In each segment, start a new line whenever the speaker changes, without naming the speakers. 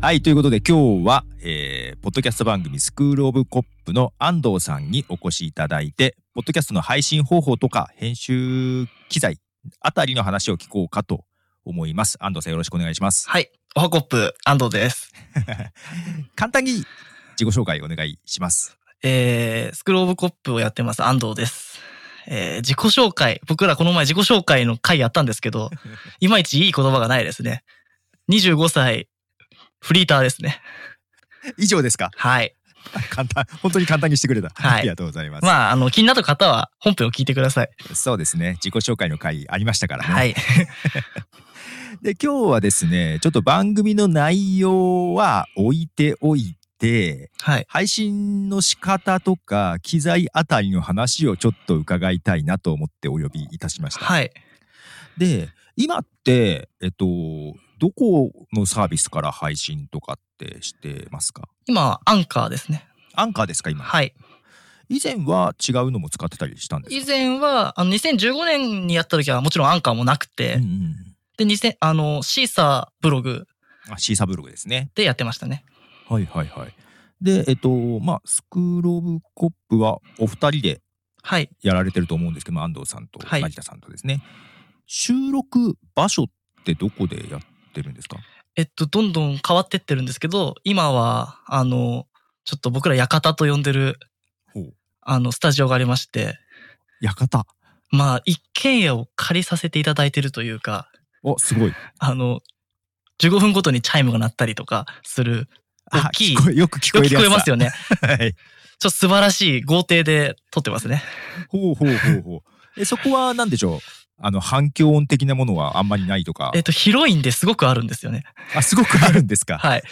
はい、ということで今日は、えーポッドキャスト番組スクールオブコップの安藤さんにお越しいただいて、ポッドキャストの配信方法とか編集機材あたりの話を聞こうかと思います。安藤さんよろしくお願いします。
はい。おはコップ、安藤です。
簡単に自己紹介お願いします。
えー、スクローブコップをやってます、安藤です。えー、自己紹介。僕らこの前自己紹介の回やったんです けど、いまいちいい言葉がないですね。25歳、フリーターですね。
以上ですか
はい。
簡単、本当に簡単にしてくれた。
はい
ありがとうございます。
まあ、あの、気になった方は本編を聞いてください。
そうですね。自己紹介の回ありましたからね。
はい。
で、今日はですね、ちょっと番組の内容は置いておいて、
はい。
配信の仕方とか機材あたりの話をちょっと伺いたいなと思ってお呼びいたしました。
はい。
で、今って、えっと、どこのサービスから配信とかってしてますか
今、アンカーですね。
アンカーですか今。
はい。
以前は違うのも使ってたりしたんです
以
か
前は、あの、2015年にやった時はもちろんアンカーもなくて、
うんうん
で、2000、あの、シーサーブログ
あシーサブログですね。
でやってましたね。
はいはいはい。で、えっと、まあ、スクール・オブ・コップはお二人で
はい。
やられてると思うんですけど、まあ安藤さんと
はい
成田さんとですね、収録場所ってどこでやってるんですか
えっと、どんどん変わってってるんですけど、今は、あの、ちょっと僕ら館と呼んでる、
ほう
あの、スタジオがありまして、
館
まあ、一軒家を借りさせていただいてるというか、
おす ごい
あの、15分ごとにチャイムが鳴ったりとかする、
あ
大きい
聞こえよく聞
よ
こ
く
えるや
聞こ
つ
えます
よ
よね。
はい
ちょっと素晴らしい豪邸で撮ってますね。
ほうほうほうほうえそこは何でしょうあの反響音的なものはあんまりないとか
えっと、広いんですごくあるんですよね。
あすごくあるんですか、
はい。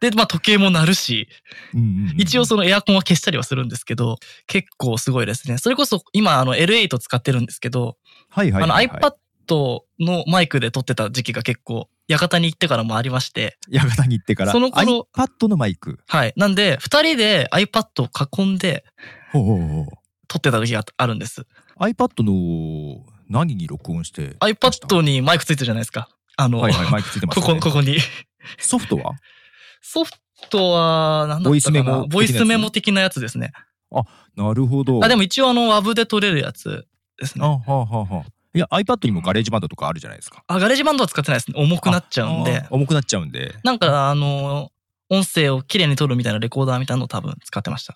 で、まあ、時計も鳴るし、
うんうんうん
一応そのエアコンは消したりはするんですけど、結構すごいですね。それこそ今あの L8 使ってるんですけど、
はいはい
あの
はい、はい、
iPad のマイクで撮ってた時期が結構、館に行ってからもありまして、
館に行ってから
その頃
iPad のマイク
はい。なんで、二人で iPad を囲んで
ほうほうほう
撮ってた時があるんです。
iPad の何に録音してました
iPad にマイクついてるじゃないですか。あの、
はいはいマイクついてます
こ
ね
こ、ここに。
ソフトは
ソフトは、なんだったかな
ボイスメモ的なやつ
ボイスメモ的なやつですね。
なるほど
あ、でも一応あの、WAV で撮れるやつです
あ
ね。
はあはあはあいや iPad にもガレージバンドとかあるじゃないですか
あ、ガレージバンドは使ってないですね。重くなっちゃうんで
あ。重くなっちゃうんで
なんか、あの、音声をきれいに撮るみたいなレコーダーみたいなのを多分使ってました。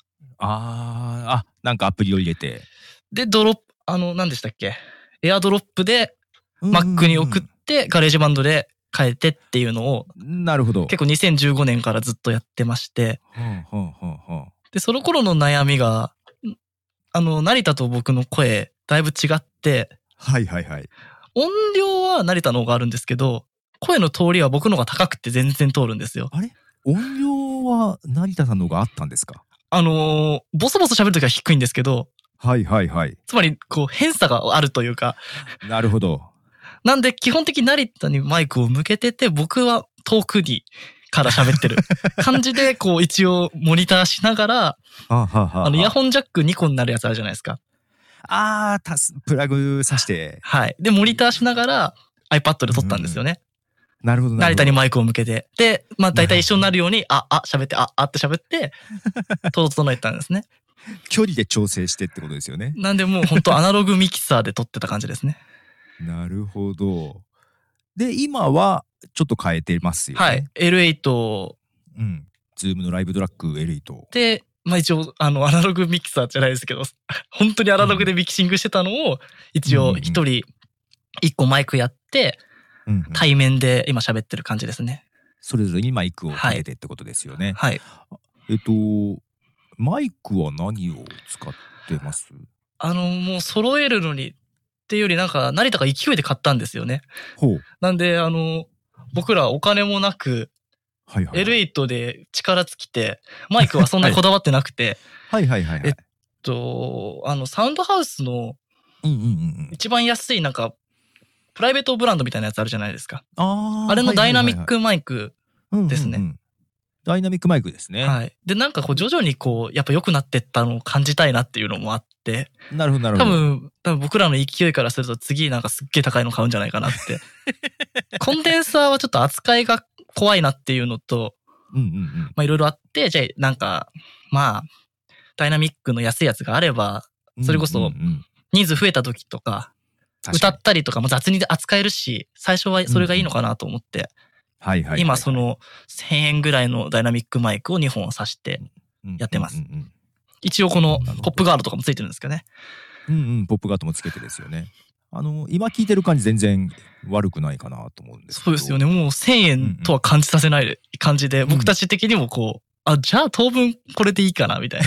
あーあなんかアプリを入れて
で、ドロップ、あの、何でしたっけエアドロップで
うん
Mac に送って、ガレージバンドで変えてっていうのを、
なるほど
結構2015年からずっとやってまして、
はあはあはあはあ
で、その頃の悩みが、んあの、成田と僕の声、だいぶ違って、
はいはいはい
音量は成田の方があるんですけど、声の通りは僕の方が高くて全然通るんですよ。
音量は成田さんの方があったんですか
あのーボソボソ喋るときは低いんですけど、
はいはいはい
つまり、こう、偏差があるというか、
なるほど
なんで基本的に成田にマイクを向けてて、僕は遠くにから喋ってる感じで、こう一応モニターしながら、
はあはあはあ
あのイヤホンジャック2個になるやつあるじゃないですか。
あーたすプラグ挿して
はい。で、モニターしながら iPad で撮ったんですよね。
なるほどなるほ
成
ど
田にマイクを向けて。で、まあ大体一緒になるように、あ、あ、喋って、あ、あって喋って、整えたんですね。
距離で調整してってことですよね
なんでもう本当アナログミキサーで撮ってた感じですね。
なるほどで今はちょっと変えてますよね
はい。L8
うん。ズームのライブドラッグ8。
で、まあ一応、あの、アナログミキサーじゃないですけど、 本当にアナログでミキシングしてたのを、一
うん
応
うん
一人一個マイクやって、
うんうん
対面で今喋ってる感じですね。
それぞれにマイクを立ててってことですよね。
はい。
えっと、マイクは何を使ってます
あの、もう揃えるのに、っていうよりなんか、成田が勢いで買ったんですよね。
ほう。
なんで、あの、僕らお金もなく、
はいはい。
L8 で力尽きて、マイクはそんなにこだわってなくて、
はいはいはいはい。
と、あの、サウンドハウスの
うんうんうんうん。
一番安いなんか、プライベートブランドみたいなやつあるじゃないですか。
あー
あれのダイナミッ
は
クマイク
いはいはい
ですね
うんうんうんダイナミックマイクですね。
はい。で、なんかこう徐々にこう、やっぱ良くなってったのを感じたいなっていうのもあって、
なるほどなる
多
ほど。
分、多分僕らの勢いか らすると次なんかすっげえ高いの買うんじゃないかなって。コンデンサーはちょっと扱いが怖いなっていうのと、
うんうんうん
まあいろいろあって、じゃあなんか、まあ、ダイナミックの安いやつがあれば、
うん。
それこそ
うんうん
人数増えた時とか、
確
歌
かに
ったりとかも雑に扱えるし、最初はそれがいいのかなと思って、
はいはいはい
今その1000円ぐらいのダイナミックマイクを2本挿して、やってます
うんうん
一応この
なるほど
ポップガードとかもついてるんですけどね。
うんうんうんポップガートもつけてですよねあの今聞いてる感じ全然悪くないかなと思うんですけ
そう
ど
ですよね。もう1000円とは感じさせない感じで、
んうん
僕たち的にもこう、あ、じゃあ当分これでいいかな、みたいな。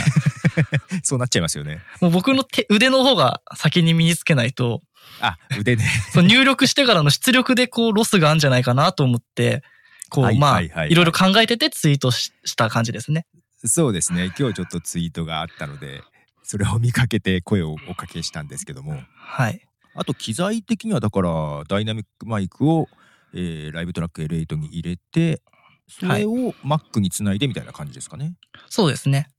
そうなっちゃいますよね
もう僕の手、腕の方が先に身につけないと、
あ腕ね
その入力してからの出力でこうロスがあるんじゃないかなと思って、こ
は
う、
い
まあ、
はい
い
はいはい
ろいろ考えててツイートしした感じですね。
そうですね今日ちょっとツイートがあったのでそれを見かけて声をおかけしたんですけども
はい。
あと機材的にはだからダイナミックマイクを、えーライブトラック L8 に入れてそれを Mac につないでみたいな感じですかね。
そうですね。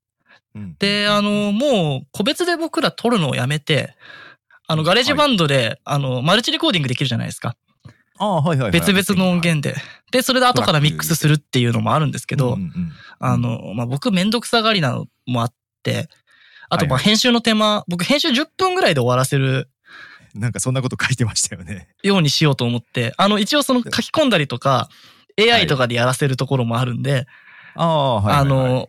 うん
で、あの、もう、個別で僕ら撮るのをやめて、あの、ガレージバンドで、あの、マルチレコーディングできるじゃないですか。
ああはいはいはい、
別々の音源で。で、それで後からミックスするっていうのもあるんですけど、
うんうん
あの、まあ、僕めんどくさがりなのもあって、あと、まあ、
はいはい
編集の手間、僕編集10分ぐらいで終わらせる
うんなんかそんなこと書いてましたよね。
ようにしようと思って、あの、一応その書き込んだりとか、
は
AI
い
とかでやらせるところもあるんで、
ああはい
あ
はいはい、
の、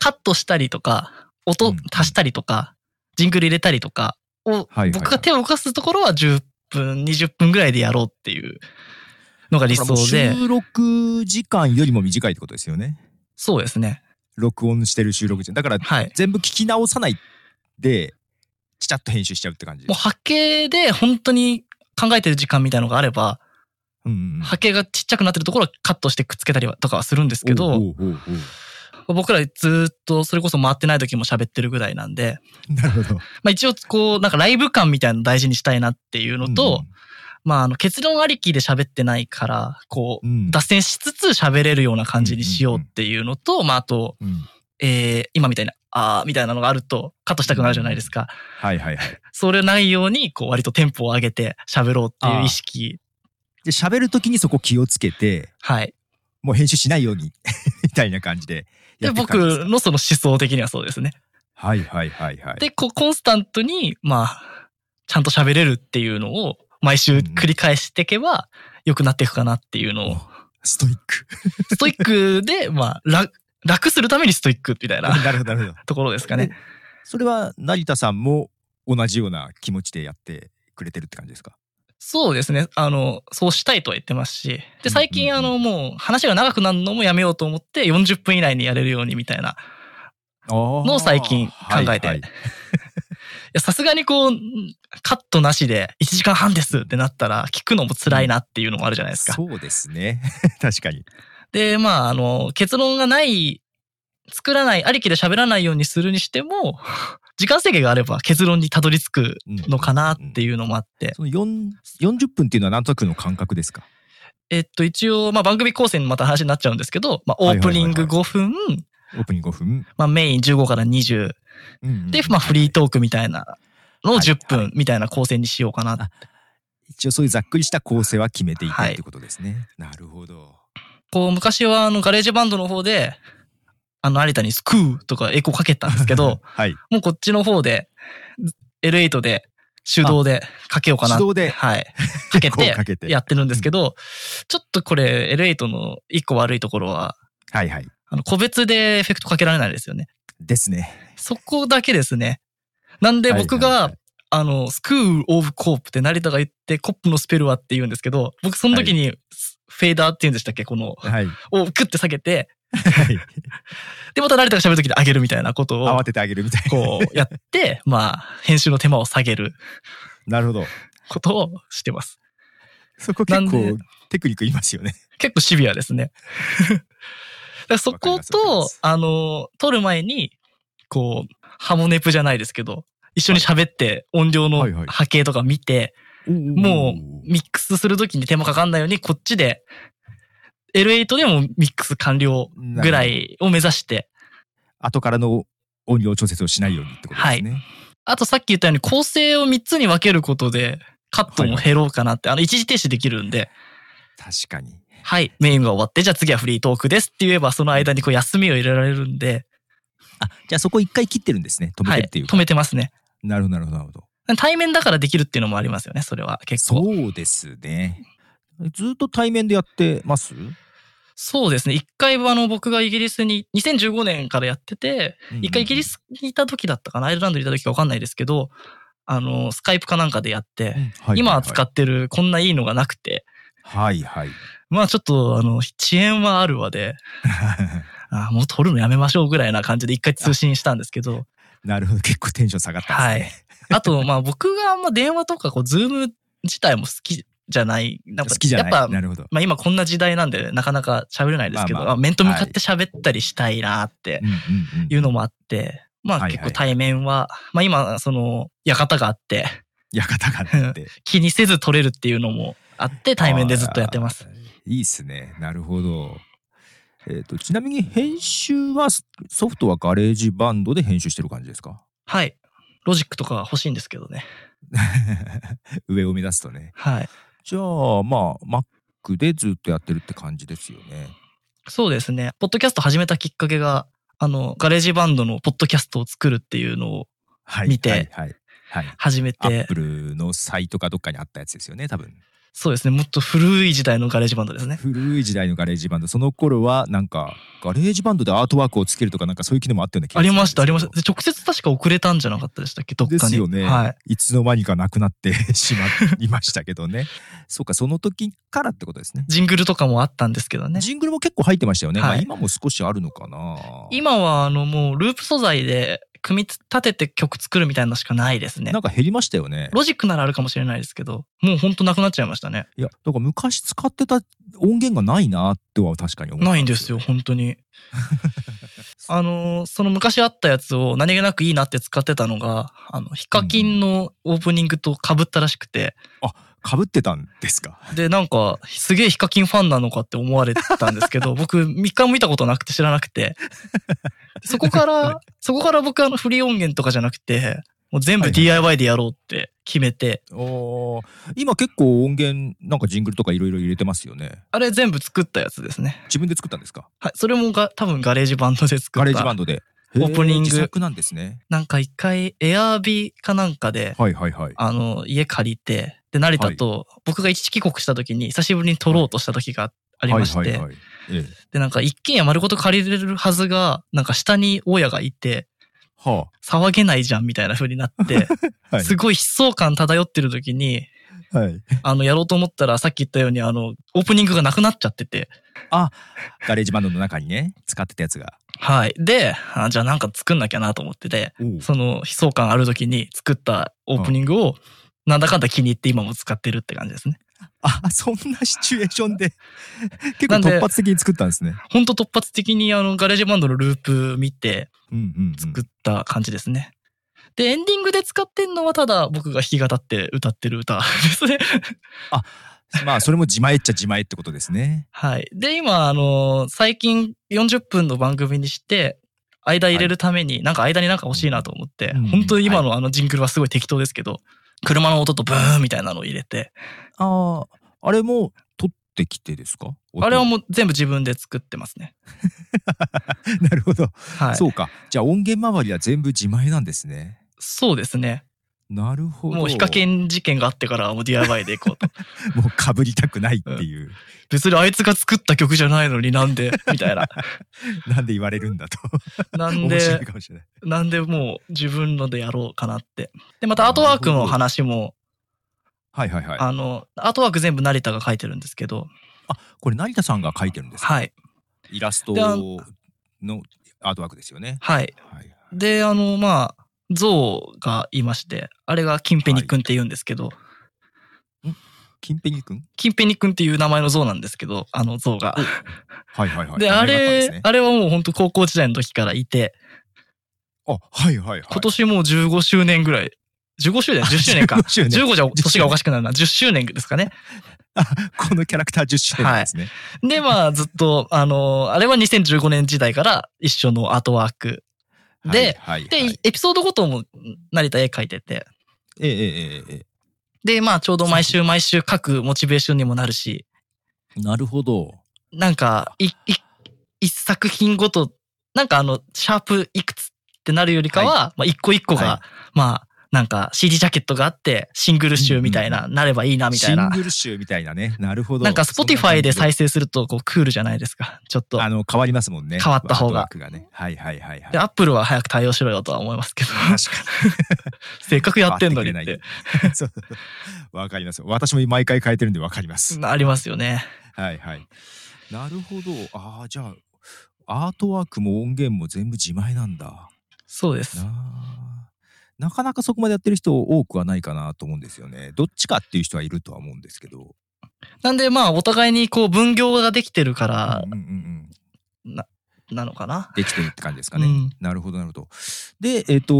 カットしたりとか、
う
音
ん
足したりとか、ジングル入れたりとかを
はいはい、
僕が手を動かすところは10分、20分ぐらいでやろうっていうのが理想で、
収録時間よりも短いってことですよね。
そうですね。
録音してる収録時間だから
はい。
全部聞き直さないでちゃっと編集しちゃうって感じ。
もう波形で本当に考えてる時間みたいのがあれば、
うんうんうん
波形がちっちゃくなってるところはカットしてくっつけたりはとかはするんですけ
お
ど、
うおうおうおう
僕らずっとそれこそ回ってない時も喋ってるぐらいなんで、
なるほど。
まあ一応こう、なんかライブ感みたいなの大事にしたいなっていうのと、まああの結論ありきで喋ってないから、こう、
うんうん
脱線しつつ喋れるような感じにしようっていうのと、まああと、
うん
えー、今みたいな、あーみたいなのがあるとカットしたくなるじゃないですか。
はいはいはい。
それないように、こう割とテンポを上げて喋ろうっていう意識。
で喋る時にそこ気をつけて
はい。
もう編集しないように みたいな感じでや
で、
っていく
僕
感じですか
のその思想的にはそうですね。
はいはいはいはい。
で、こうコンスタントに、まあ、ちゃんと喋れるっていうのを毎週繰り返していけば良くなっていくかなっていう のを、
ストイック。
ストイックで、まあ、楽、楽するためにストイックみたいな
なるほどなるほど。
ところですかね。
でそれは成田さんも同じような気持ちでやってくれてるって感じですか
そうですね。あの、そうしたいとは言ってますし。で、最
うんう
近、
ん
あ
うん
の、もう話が長くなるのもやめようと思って、40分以内にやれるようにみたいな。い
の
のを最近考えてや、さすがにこう、カットなしで1時間半ですってなったら、聞くのも辛いなっていうのもあるじゃないですか。
そうですね。 確かに。
で、まあ、あの、結論がない、作らない、ありきで喋らないようにするにしても、時間制限があれば結論にたどり着くのかなって
うん。
いうのもあって。
その4 40分っていうのはなんとなくの感覚ですか
えっと、一応、まあ、番組構成にまた話になっちゃうんですけど、まあ、オープニング
はいは
5分、
オープニング5分。
まあ、メイン15から20。
うんうん
で、まあ、フリートークみたいなのを
はい
10分みたいな構成にしようかな。
あ一応そういうざっくりした構成は決めていく
はい
ってことですね。なるほど。、
こう、昔は、あの、ガレージバンドの方で、あの、有田にスクーとかエコかけたんですけど
はい。
もうこっちの方で、L8 で、手動でかけようかな。
手動で
はい。かけ
こう
て
か、けて。
やってるんですけど、ちょっとこれ、L8 の一個悪いところは、
はいはい。
あの、個別でエフェクトかけられないですよね。
ですね。
そこだけですね。なんで僕
はいはい
が
はい、
あの、スクールオブコープって成田が言って、コップのスペルはって言うんですけど、僕その時に、フェーダーって言うんでしたっけこの、
はい。
をクッて下げて、
はい
で、また成田が喋る時に上げるみたいなことを
慌、ててあげるみたいな。
こうやって、 まあ、編集の手間を下げる
なるほど。
ことをしてます。
そこ結
なん
構テクニックいりますよね。
結構シビアで すね。だからそ
わかり
こ
ますわかりま
と
す、
あの、撮る前に、こう、ハモネプじゃないですけど、一緒に喋って音量の
はいはい
波形とか見て、もうミックスするときに手間かかんないように、こっちで、L8 でもミックス完了ぐらいを目指して、
後からの音量調節をしないようにってことですね。
あとさっき言ったように構成を3つに分けることで、カットも減ろうかなって、あの、一時停止できるんで、
確かに。
はい、メインが終わって、じゃあ次はフリートークですって言えば、その間にこう休みを入れられるんで、
あ、じゃあそこ一回切ってるんですね。止め
は
て
い、
るっていう
止
か。
めてますね。
なるほど、なるほど、なるほど。
対面だからできるっていうのもありますよね、それは結構。
そうですね。ずっと対面でやってます、
そうですね。一回はあの僕がイギリスに、2015年からやってて、一回イギリ
ス、
スにいた時だったかな、アイルランドにいた時かわかんないですけど、あの、スカイプかなんかでやって、今使
って。
ってるこんないいのがなくて、
はいはい。
まあちょっとあの、遅延はあるわで、あもう撮るのやめましょうぐらいな感じで一回通信したんですけど、
なるほど、結構テンション下がったんですね。
あとまあ僕があんま電話とかこう、ズーム自体も好きじゃない。なんか
好きじゃない。
やっぱ
なるほど。
まあ今こんな時代なんでなかなか喋れないですけど、
ま
ま
あ
あ
まあ
面と向かって喋ったりしたいなって
うんうんうん
いうのもあって、ま
はいは
あ
い
結構対面は、まあ今その館があって
館があって。
気にせず撮れるっていうのもあって対面でずっとやってます。
あー。いいっすね。なるほど。えっ、と、ちなみに編集はソフトはガレージバンドで編集してる感じですか
はい。ロジックとか欲しいんですけどね。
上を目指すとね。
はい。
じゃあ、まあ、Mac でずっとやってるって感じですよね。
そうですね。ポッドキャスト始めたきっかけが、あの、ガレージバンドのポッドキャストを作るっていうのを
は
見て
はい。はい。はい
始め
アッ
て
プ、ルのサイトかどっかにあったやつですよね、多分。
そうですね。もっと古い時代のガレージバンドですね。
古い時代のガレージバンド、その頃はなんか、ガレージバンドでアートワークをつけるとかなんかそういう機能もあったような気
あ
がす
り
るん
ま
で
し
すけど
た、ありました。で直接確か遅れたんじゃなかったでしたっけどっ
で
かに。
すよね、
はい。
い、つの間にかなくなって しまいましたけどねそうかその時からってことですね
ジングルとかもあったんですけどね。
ジングルも結構入ってましたよね、
はい
まあ、今も少しあるのかな
今はあのもうループ素材で組み立てて曲作るみたいなのしかないですね
な。んか減りましたよね
ロジックならあるかもしれないですけど、もうほんとなくなっちゃいましたね。
いやだから昔使ってた音源がないなっては確かに思う
ないんですよ、本当 に。あの、その昔あったやつを何気なくいいなって使ってたのが、あの、ヒカキンのオープニングと被ったらしくて、
かぶってたんですか
で、なんか、すげえヒカキンファンなのかって思われてたんです けど、僕、3日も見たことなくて知らなくて、そこから、そこから僕、あの、フリー音源とかじゃなくて、もう全
はいは
部
い
DIY でやろうって決めて、
おー今結構音源なんかジングルとかいろいろ入れてますよね
あれ全部作ったやつですね。
自分で作ったんですか
はい。それもが、多分ガレージバンドで作った。
ガレージバンドでへ
オープニング
自作なんですね
なんか一回、エアービーかなんかで、
はいはいはい
あの、家借りて、で、成田と、僕が一時帰国した時に、久しぶりに撮ろうとした時がありまして、
はいはいはいええ
で、なんか一軒家丸ごと借りれるはずが、なんか下に大家がいて、
は
騒げないじゃんみたいな風になって、
あ はい
すごい悲壮感漂ってる時に、
はい
あの、やろうと思ったら、さっき言ったように、あの、オープニングがなくなっちゃってて、
ガレージバンドの中にね、使ってたやつが。
はい。で、あじゃあなんか作んなきゃなと思ってて、その悲壮感ある時に作ったオープニングを、なんだかんだ気に入って今も使ってるって感じですね。
あ、そんなシチュエーショ ンで、結構
なんで
突発的に作ったんですね。
ほんと突発的にあの、ガレージバンドのループ見て
うんうん、うん。
作った感じですね。で、エンディングで使ってんのはただ僕が弾き語って歌ってる歌ですね。
まあ、それも自前っちゃ自前ってことですね。
はい。で、今、あのー最近40分の番組にして、間入れるために、なんか間になんか欲しいなと思って、
うん
本当に今のあのジングルはすごい適当ですけど、車の音とブーンみたいなのを入れて、
ああ、あれも取ってきてですか
あれは
う。
もう全部自分で作ってますね。
なるほど、
はい。そ
そううか。じゃあ音源周りは全部自前なんですね。
ですね。
なるほど。
もうヒカキン事件があってからはもう DIY でいこ うと。
もうかぶりたくないっていう。
別にあいつが作った曲じゃないのにな んで、みたいな。
なんで言われるんだと。
なん
面白
で
い、かもしれない。
なんでもう自分のでやろうかなって。で、またアートワークの話も、
はいはいはい。
あの、アートワーク全部成田が書いてるんですけど、
これ成田さんが書いてるんですか
はい。
イラスト
であ
のアートワークですよね。
はい。
はいはい。
で、あの、まあ、象がいまして、あれがキンペニ君って言うんですけど、
金ペニ君
キンペニ君っていう名前の象なんですけど、あの象が。
はいはいはい。
で、あれ、
あ
あれはもう本当高校時代の時からいて、
あ、はいはいはい。
今年もう15周年ぐらい、15周年 ?10 周年か。
15周年
15じゃ年がおかしくなるな。10周年ですかね。
あこのキャラクター10周年ですね。
で、まあ、ずっと、あの、あれは2015年時代から一緒のアートワーク。で、
はいはい
で、
はい、
エピソードごとも成田絵描いてて。
ええええええええ
で、まあ、ちょうど毎週毎週書くモチベーションにもなるし、
なるほど。
なんか、い、い、一作品ごと、なんかあの、シャープいくつってなるよりかは、まあ一個一個が、
は
まあ、なんか CD ジャケットがあって、シングル集みたいな、
うん
なればいいなみたいな
シン。グル集みたいなね。なるほど。
なんか
そん
Spotify
な感じ
で再生すると、こう、クールじゃないですか。ちょっと。
あの、変わりますもんね。
変わった
ワー
方が
ドワークがね。はいはいはいはい。
で、Apple は早く対応しろよとは思いますけど、
確か
せっかくやってんのにっ
変わって
て、
に。そうわかります。私も毎回変えてるんでわかります。
ありますよね。
はいはい。なるほど。ああ、じゃあ、アートワークも音源も全部自前なんだ。
そうです。
なあなかなかそこまでやってる人多くはないかなと思うんですよね。どっちかっていう人はいるとは思うんですけど。
なんで、まあ、お互いにこう、分業ができてるから
うん、うんうん、
なのかな。
できてるって感じですかね。
うん
なるほどなるほど。で、えっ、と、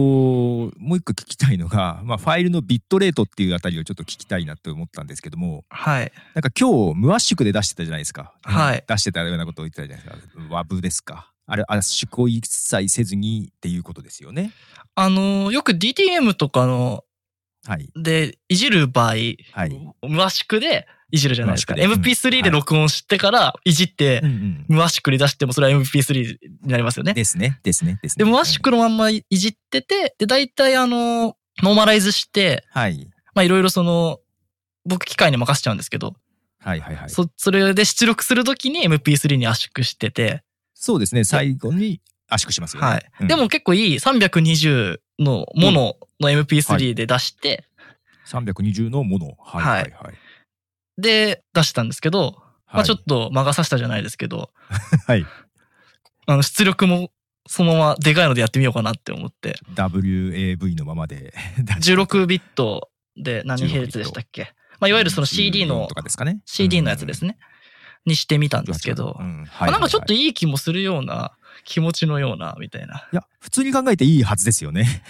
もう一個聞きたいのが、まあ、ファイルのビットレートっていうあたりをちょっと聞きたいなと思ったんですけども、
はい。
なんか今日、無圧縮で出してたじゃないですか。
はい
出してたようなことを言ってたじゃないですか。ワブですか。あれ、圧縮を一切せずにっていうことですよね。
あのー、よく DTM とかの、
はい。
で、いじる場合、
はい。
無圧縮でいじるじゃないですか。
無圧縮で
MP3 で
うんはい
録音してからいじって
うん、うん
無圧縮で出してもそれは MP3 になりますよね。
ですね。ですね。ですね。
で、無圧縮のまんまいじってて、で、大体あの、ノーマライズして、
うんはい。
まあいろいろその、僕機械に任せちゃうんですけど、
はいはいはい。
そ、それで出力するときに MP3 に圧縮してて、
そうですね。最後に圧縮しますよね。
はい。
うん
でも結構いい320のものの MP3 で出して、
320のもの。はいはいはい。
で、出したんですけど、ま
は
あ
い
ちょっと魔が差したじゃないですけど、
はい。
あの、出力もそのままでかいのでやってみようかなって思って、
WAV のまま で
16ビットで何ヘルツでしたっけまあ、いわゆるその CD の
と、かですかね。
CD のやつです
ね。
ね。にしてみたん
18
ですけど、
うんはい
まあなんかちょっと
いい。
いい気もするような、気持ちのような、みたいな。
いや、普通に考えていいはずですよね。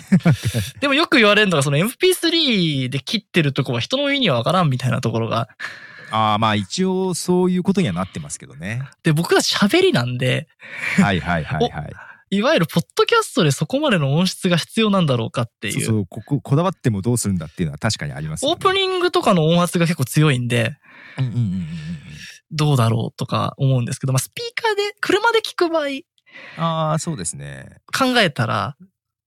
でもよく言われるのが、その MP3 で切ってるとこは人の意にはわからんみたいなところが。
ああ、まあ一応そういうことにはなってますけど ね。
で、僕は喋りなんで、
はいはいはいはい。
いわゆるポッドキャストでそこまでの音質が必要なんだろうかっていう。
そうそう、ここ、こだわってもどうするんだっていうのは確かにありますよ
オ
ね。
ープニングとかの音圧が結構強いんで、
うんうんうんうんうん。
どうだろうとか思うんですけど、まあスピーカーで、車で聞く場合、
ああ、そうですね。
考えたら、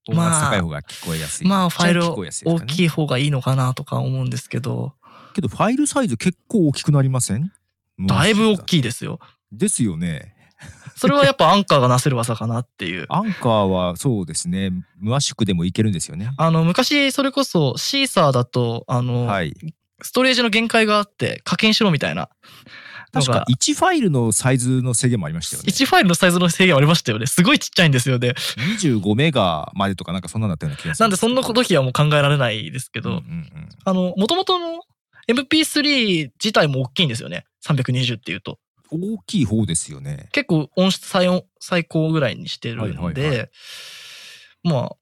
音
まあ
圧高い方が聞こえやすい。
まあファイル
聞こえやすいです
大
かね
きい方がいいのかなとか思うんですけど、
けどファイルサイズ結構大きくなりません
だいぶ大
い。
きいですよ。
ですよね。
それはやっぱアンカーがなせる技かなって いう。
アンカーはそうですね。無圧縮でもいけるんですよね。
あの、昔それこそシーサーだと、あの、
はい。
ストレージの限界があって課金しろみたいな。
確か1ファイルのサイズの制限もありましたよね。
1ファイルのサイズの制限ありましたよね。すごいちっちゃいんですよね。
25メガまでとかなんかそんなのだったような気がす
な
る
んでそんな
け
時はもう考えられないですけど、
うんうんうん
あの、元々の MP3 自体も大きいんですよね。320っていうと。
大きい方ですよね。
結構音質最音最高ぐらいにしてるんで、
はいはいは
まあ、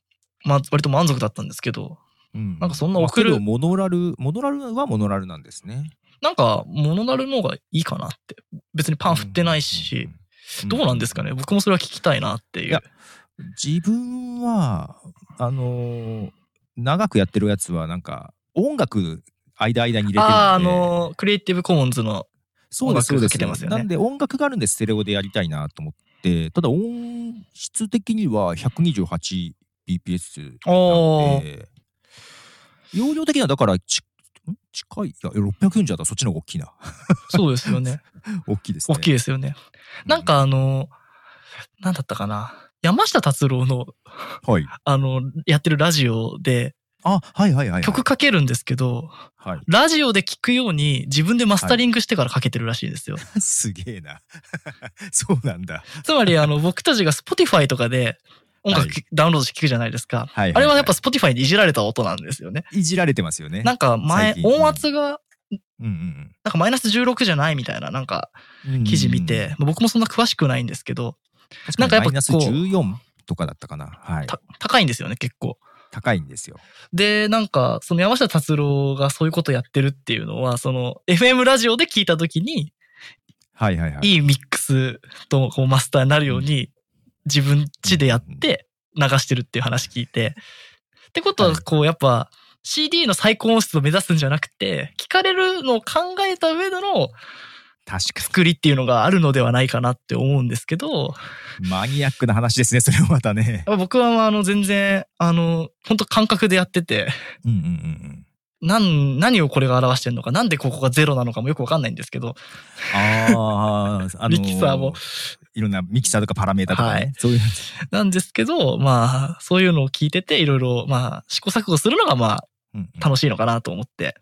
まあ、割と満足だったんですけど、
うん
なんかそんな送る
まあけどモノラル、モノラルはモノラルなんですね。
なんか、モノラルの方がいいかなって。別にパン振ってないし、どうなんですかね僕もそれは聞きたいなってい
いうや。自分はあのー長くやってるやつはなんか音楽間間に入れてるんで
ああ、あの、クリエイティブコモンズの、
そうですそうで
音楽かけ
す
てますよね
なんで音楽があるんでステレオでやりたいなと思ってただ音質的には 128bps な
お
んで容量的にはだからちん近いいや640だったらそっちの方が大きいな
そうですよね。
大きいですね
大きいですよね。なんかあの、なんだったかな。山下達郎の、
うんはい
あの、やってるラジオで
あはいはいはいはい
曲かけるんですけど、
はい
ラジオで聞くように自分でマスタリングしてからかけてるらしいですよ。
すげえな そうなんだ
つまりあの、僕たちが Spotify とかで音楽
は
ダウンロードして聞くじゃないです
は
か。
いはいはい
あれはやっぱ Spotify にいじられた音なんですよね。
いじられてますよね
なんか前
最、近
音圧が、
うんうん
なんかマイナス16じゃないみたいな、なんか
うん
記事見て、僕もそんな詳しくないんですけど、
な
なんん
かや
かや
っぱマ
っぱ
イナス
こう
14とかだったかなはい
た高いんですよね、結構。
高いんですよ
で、なんか、その山下達郎がそういうことやってるっていうのは、その FM ラジオで聞いたときに、
はいはいはい
いいミックスとこうマスターになるように、自分ちでやって流してるっていう話聞いて。ってこと
は
は、
い
こう、やっぱ、CD の最高音質を目指すんじゃなくて、聞かれるのを考えた上での
確か
作りっていうのがあるのではないかなって思うんですけど、
に。マニアックな話ですね、それはまた ね。
僕はあの全然、あの、本当感覚でやってて、
うんうんうんうん。
なん、何をこれが表してるのか、なんでここがゼロなのかもよくわかんないんですけど、
ああ、あの
ミキサーも。
いろんなミキサーとかパラメータとかね。
はい
そういうや
なんですけど、まあ、そういうのを聞いてて、いろいろ、まあ、試行錯誤するのが、まあ、
つ。
楽しいのかなと思って、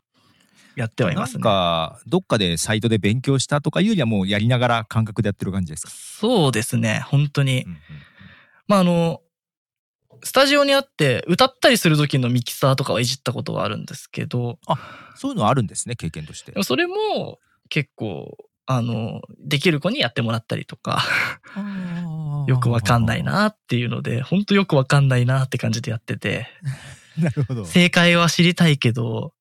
やってはいま
な
す
ん
ね。
か、どっかでサイトで勉強したとかいうよりはもうやりながら感覚でやってる感じですか。
そうですね、本当に。まあ、あの、スタジオにあって、歌ったりする時のミキサーとかはいじったことはあるんですけど、
そういうのはあるんですね、経験として
で。もそれも、結構、あの、できる子にやってもらったりと か、よくわかんない。なっていうので、本当よくわかんないなって感じでやってて、
なるほど。
正解は知りたいけど、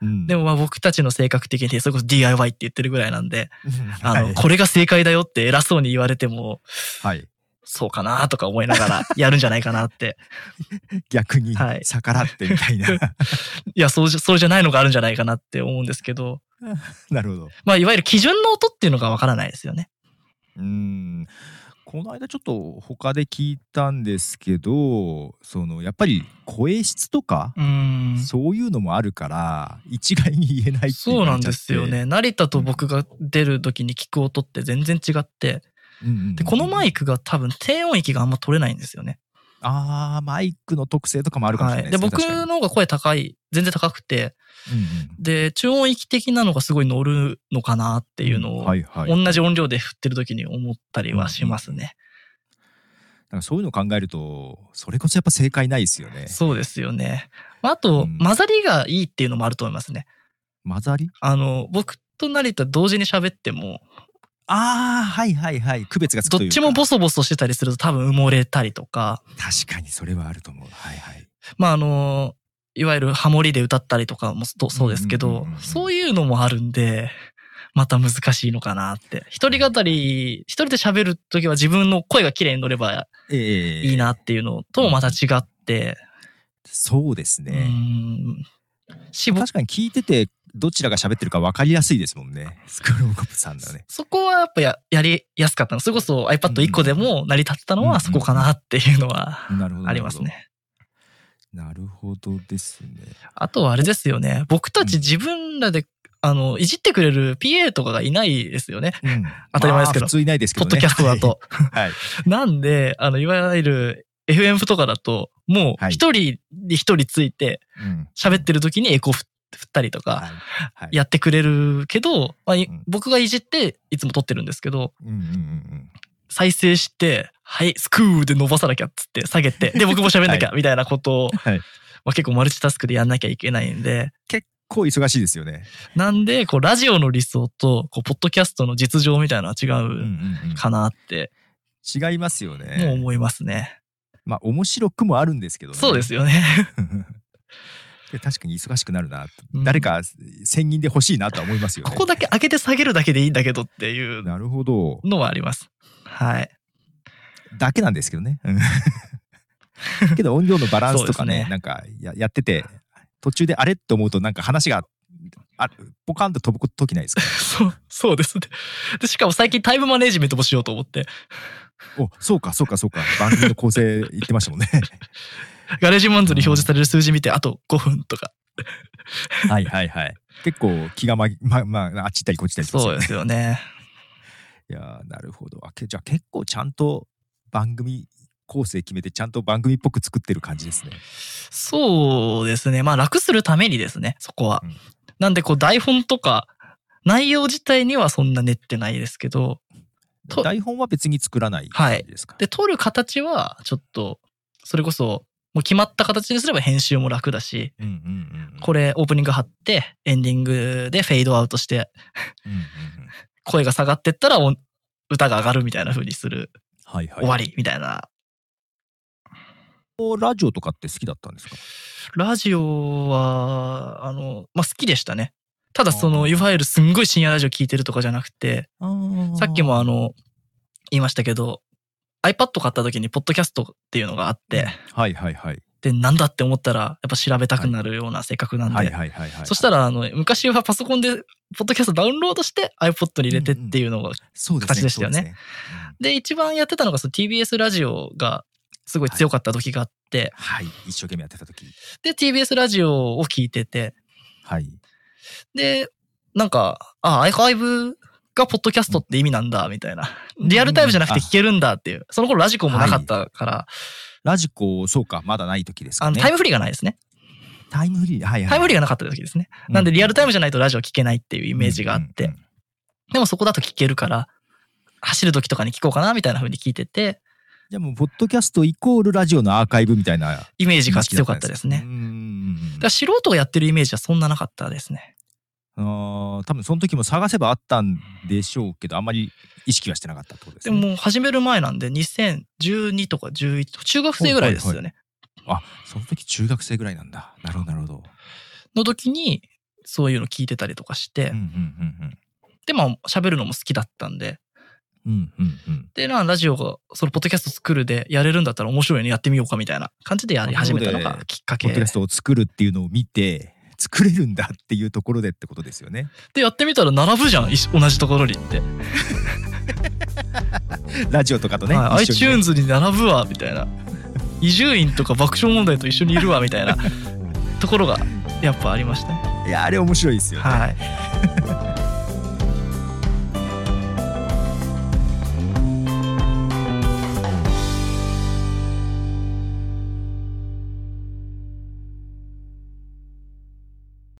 うん
でもまあ僕たちの性格的に、それこそ DIY って言ってるぐらいなんで、あ
は
の、
い
これが正解だよって偉そうに言われても、
はい。
そうかなとか思いながらやるんじゃないかなって。
逆に
はい
逆らってみたいな。
いや、そうじゃ、そうじゃないのがあるんじゃないかなって思うんですけど、
なるほど。
まあいわゆる基準の音っていうのがわからないですよね。
うん。この間ちょっと他で聞いたんですけど、そのやっぱり声質とか、
うん
そういうのもあるから一概に言えないってい
そう
のが
な
あ
ん
っちゃ
で
って
すよ。ね。成田と僕が出る時に聞く音って全然違って、
うんうんうん
で、このマイクが多分低音域があんま取れないんですよね。
ああ、マイクの特性とかもあるかもし
は
れない
い。
です
で、
ね。
僕
確かに
の方が声高い、全然高くて、
うん
で、中音域的なのがすごい乗るのかなって
うん
いうのを
は、いはい。
同じ音量で振ってる時に思ったりはしますね。
なんかそういうのを考えると、それこそやっぱ正解ないですよね。
そうですよね。まああと、
うん
混ざりがいいっていうのもあると思いますね。
混ざり
あの、僕と成田同時に喋っても、
ああ、はいはいはい。区別がつく
ど
とい
っ
うか。
ちもボソボソしてたりすると多分埋もれたりとか、
確かにそれはあると思う。はいはい。
まああの、いわゆるハモリで歌ったりとかもそそうですけ
うんうん
ど
うんうん、
そういうのもあるんで、また難しいのかなって。一人語り、一人で喋るときは自分の声が綺麗に乗れば
ええ
いいなっていうのともまた違って、
そうです
う
ね。
ん。し、僕
確かに聞いてて、どちらが喋ってるか分かりやすいですもんね。スクローコップさんだね。
そこはやっぱややりやすかったの。それこそ iPad1 個でも成り立ってたの
うんうん
はそこかなっていうのは
なるほど。
ありますね。。
なるほどですね。
あとはあれですよね。僕た
う
ち
ん
自分らで、あの、いじってくれる PA とかがいないですよね。
うん
当たり前ですけど
まあ普通いないですけ
ポ
ど
ッ
ね。
ドキャストだと。
はい。はい。
なんで、あの、いわゆる FM とかだと、も
は
う
い
一人に一人ついて
うん
喋ってる時にエコ振ったりとか
はい。はい
やってくれるけど、まあい
うん
僕がいじっていつも撮ってるんですけど、
うんうんうん
再生して、はい、スクーで伸ばさなきゃっつって下げて、で、僕も喋 んなきゃ、みたいなことを、
はい
まあ、結構マルチタスクでやんなきゃいけないんで、
結構忙しいですよね。
なんで、こう、ラジオの理想と、こう、ポッドキャストの実情みたいなのは違
うん
う
うん
かなって、
うん違いますよね。
もう思いますね。
まあ面白くもあるんですけどね。
そうですよね。
で確かに忙しくなるな。
うん
誰か専任で欲しいなとは思いますよ
こ
ね。
こだけ上げて下げるだけでいいんだけどっていう
なるほど。
のはあります。はい。
だけなんですけどね。うんけど音量のバランスとか
そうで
ね、
すね
なんかややってて、途中であれって思うとなんか話が、あポカンと飛ぶ時ないですか
そう、そうですね。で、しかも最近タイムマネジメントもしようと思って、
お、そうか、そうか、そうか。番組の構成言ってましたもん ね。
ガレージマンズに表示される数字見て、あと5分とか。
はいはいはい。結構気がまぎ、ま、まあ、あっち行ったりこっち行ったりします
そ
よ
う
ね
ですよね。
いやーなるほどあけじゃあ結構ちゃんと番組構成決めてちゃんと番組っぽく作ってる感じですね。
そうですね。まあ楽するためにですね、そこは。
うん
なんでこう台本とか、内容自体にはそんな練ってないですけど、と
台本は別に作らない
は
感
い
じですか、
で、撮る形はちょっと、それこそ、もう決まった形にすれば編集も楽だし、
うんうんうん、
これオープニング貼って、エンディングでフェードアウトして、
うんうんうん、
声が下がってったらお歌が上がるみたいな風にする、
はいはい。
終わりみたいな。
ラジオとかって好きだったんですか
ラジオは、あの、まあ、好きでしたね。ただそ
あ
の、
ー
いわゆるすんごい深夜ラジオ聞いてるとかじゃなくて、さっきもあの、言いましたけど、iPad 買った時にポッドキャストっていうのがあって、
はいはいはい。
で、なんだって思ったら、やっぱ調べたくなるような性格なんで。
はいはいはいはい。
そしたら、あの、昔はパソコンで、ポッドキャストダウンロードして iPod に入れてっていうのが、
そうですね、
形でしたよね
そうです。うん
で、一番やってたのが、その TBS ラジオがすごい強かった時があって、
はい。一生懸命やってた時。
で、TBS ラジオを聞いてて、
はい。
で、なんか、あ、アーカイブがポッドキャストって意味なんだ、みたいな。リアルタイムじゃなくて聞けるんだっていう。その頃ラジコもなかったから、
ラジコ、そうか、まだない時です
あ
か
の、
ね。
タイムフリーがないですね。
タイムフリー。はいはい。
タイムフリー
ー
がなかった時ですね。なんで、リアルタイムじゃないとラジオ聞けないっていうイ
イ
メージがあって、。でもそこだと聞けるから、走る時とかに聞こうかな、みたいな風に聞いてて、
じゃあもう、ポッドキャストイコールラジオのアーカイブみたいな
イメー
意
ジが強かったですね。
うーん。
だから素人がやってるイメージはそんななかったですね。
あー多分その時も探せばあったんでしょうけど、あんまり意識はしてなかったってことです
で
ね。
ももう始める前なんで、2012とか11、中学生ぐらいですよね。
はいはあ、その時中学生ぐらいなんだ。なるほど、なるほど。
の時に、そういうの聞いてたりとかして、
うんうん
で、まあ、喋るのも好きだったんで、
うんうん。うんうんうん。
で、まあ、ラジオが、その、ポッドキャスト作るでやれるんだったら面白いよね、やってみようかみたいな感じでやり始めたの
なるほ
が
ど
きっか
ポ
け
ッドキャ
で
ス、トを作るっていうのを見て、作れるんだっていうところでってことですよね。
やってみたら並ぶじゃん、一緒同じところにって。
ラジオとかとね。
はい、
一緒にね
iTunes に並ぶわ、みた いな。伊集院とか爆笑問題と一緒にいるわ、みたいなところが、やっぱありましたね。
いや、あれ面白いですよね。
はい。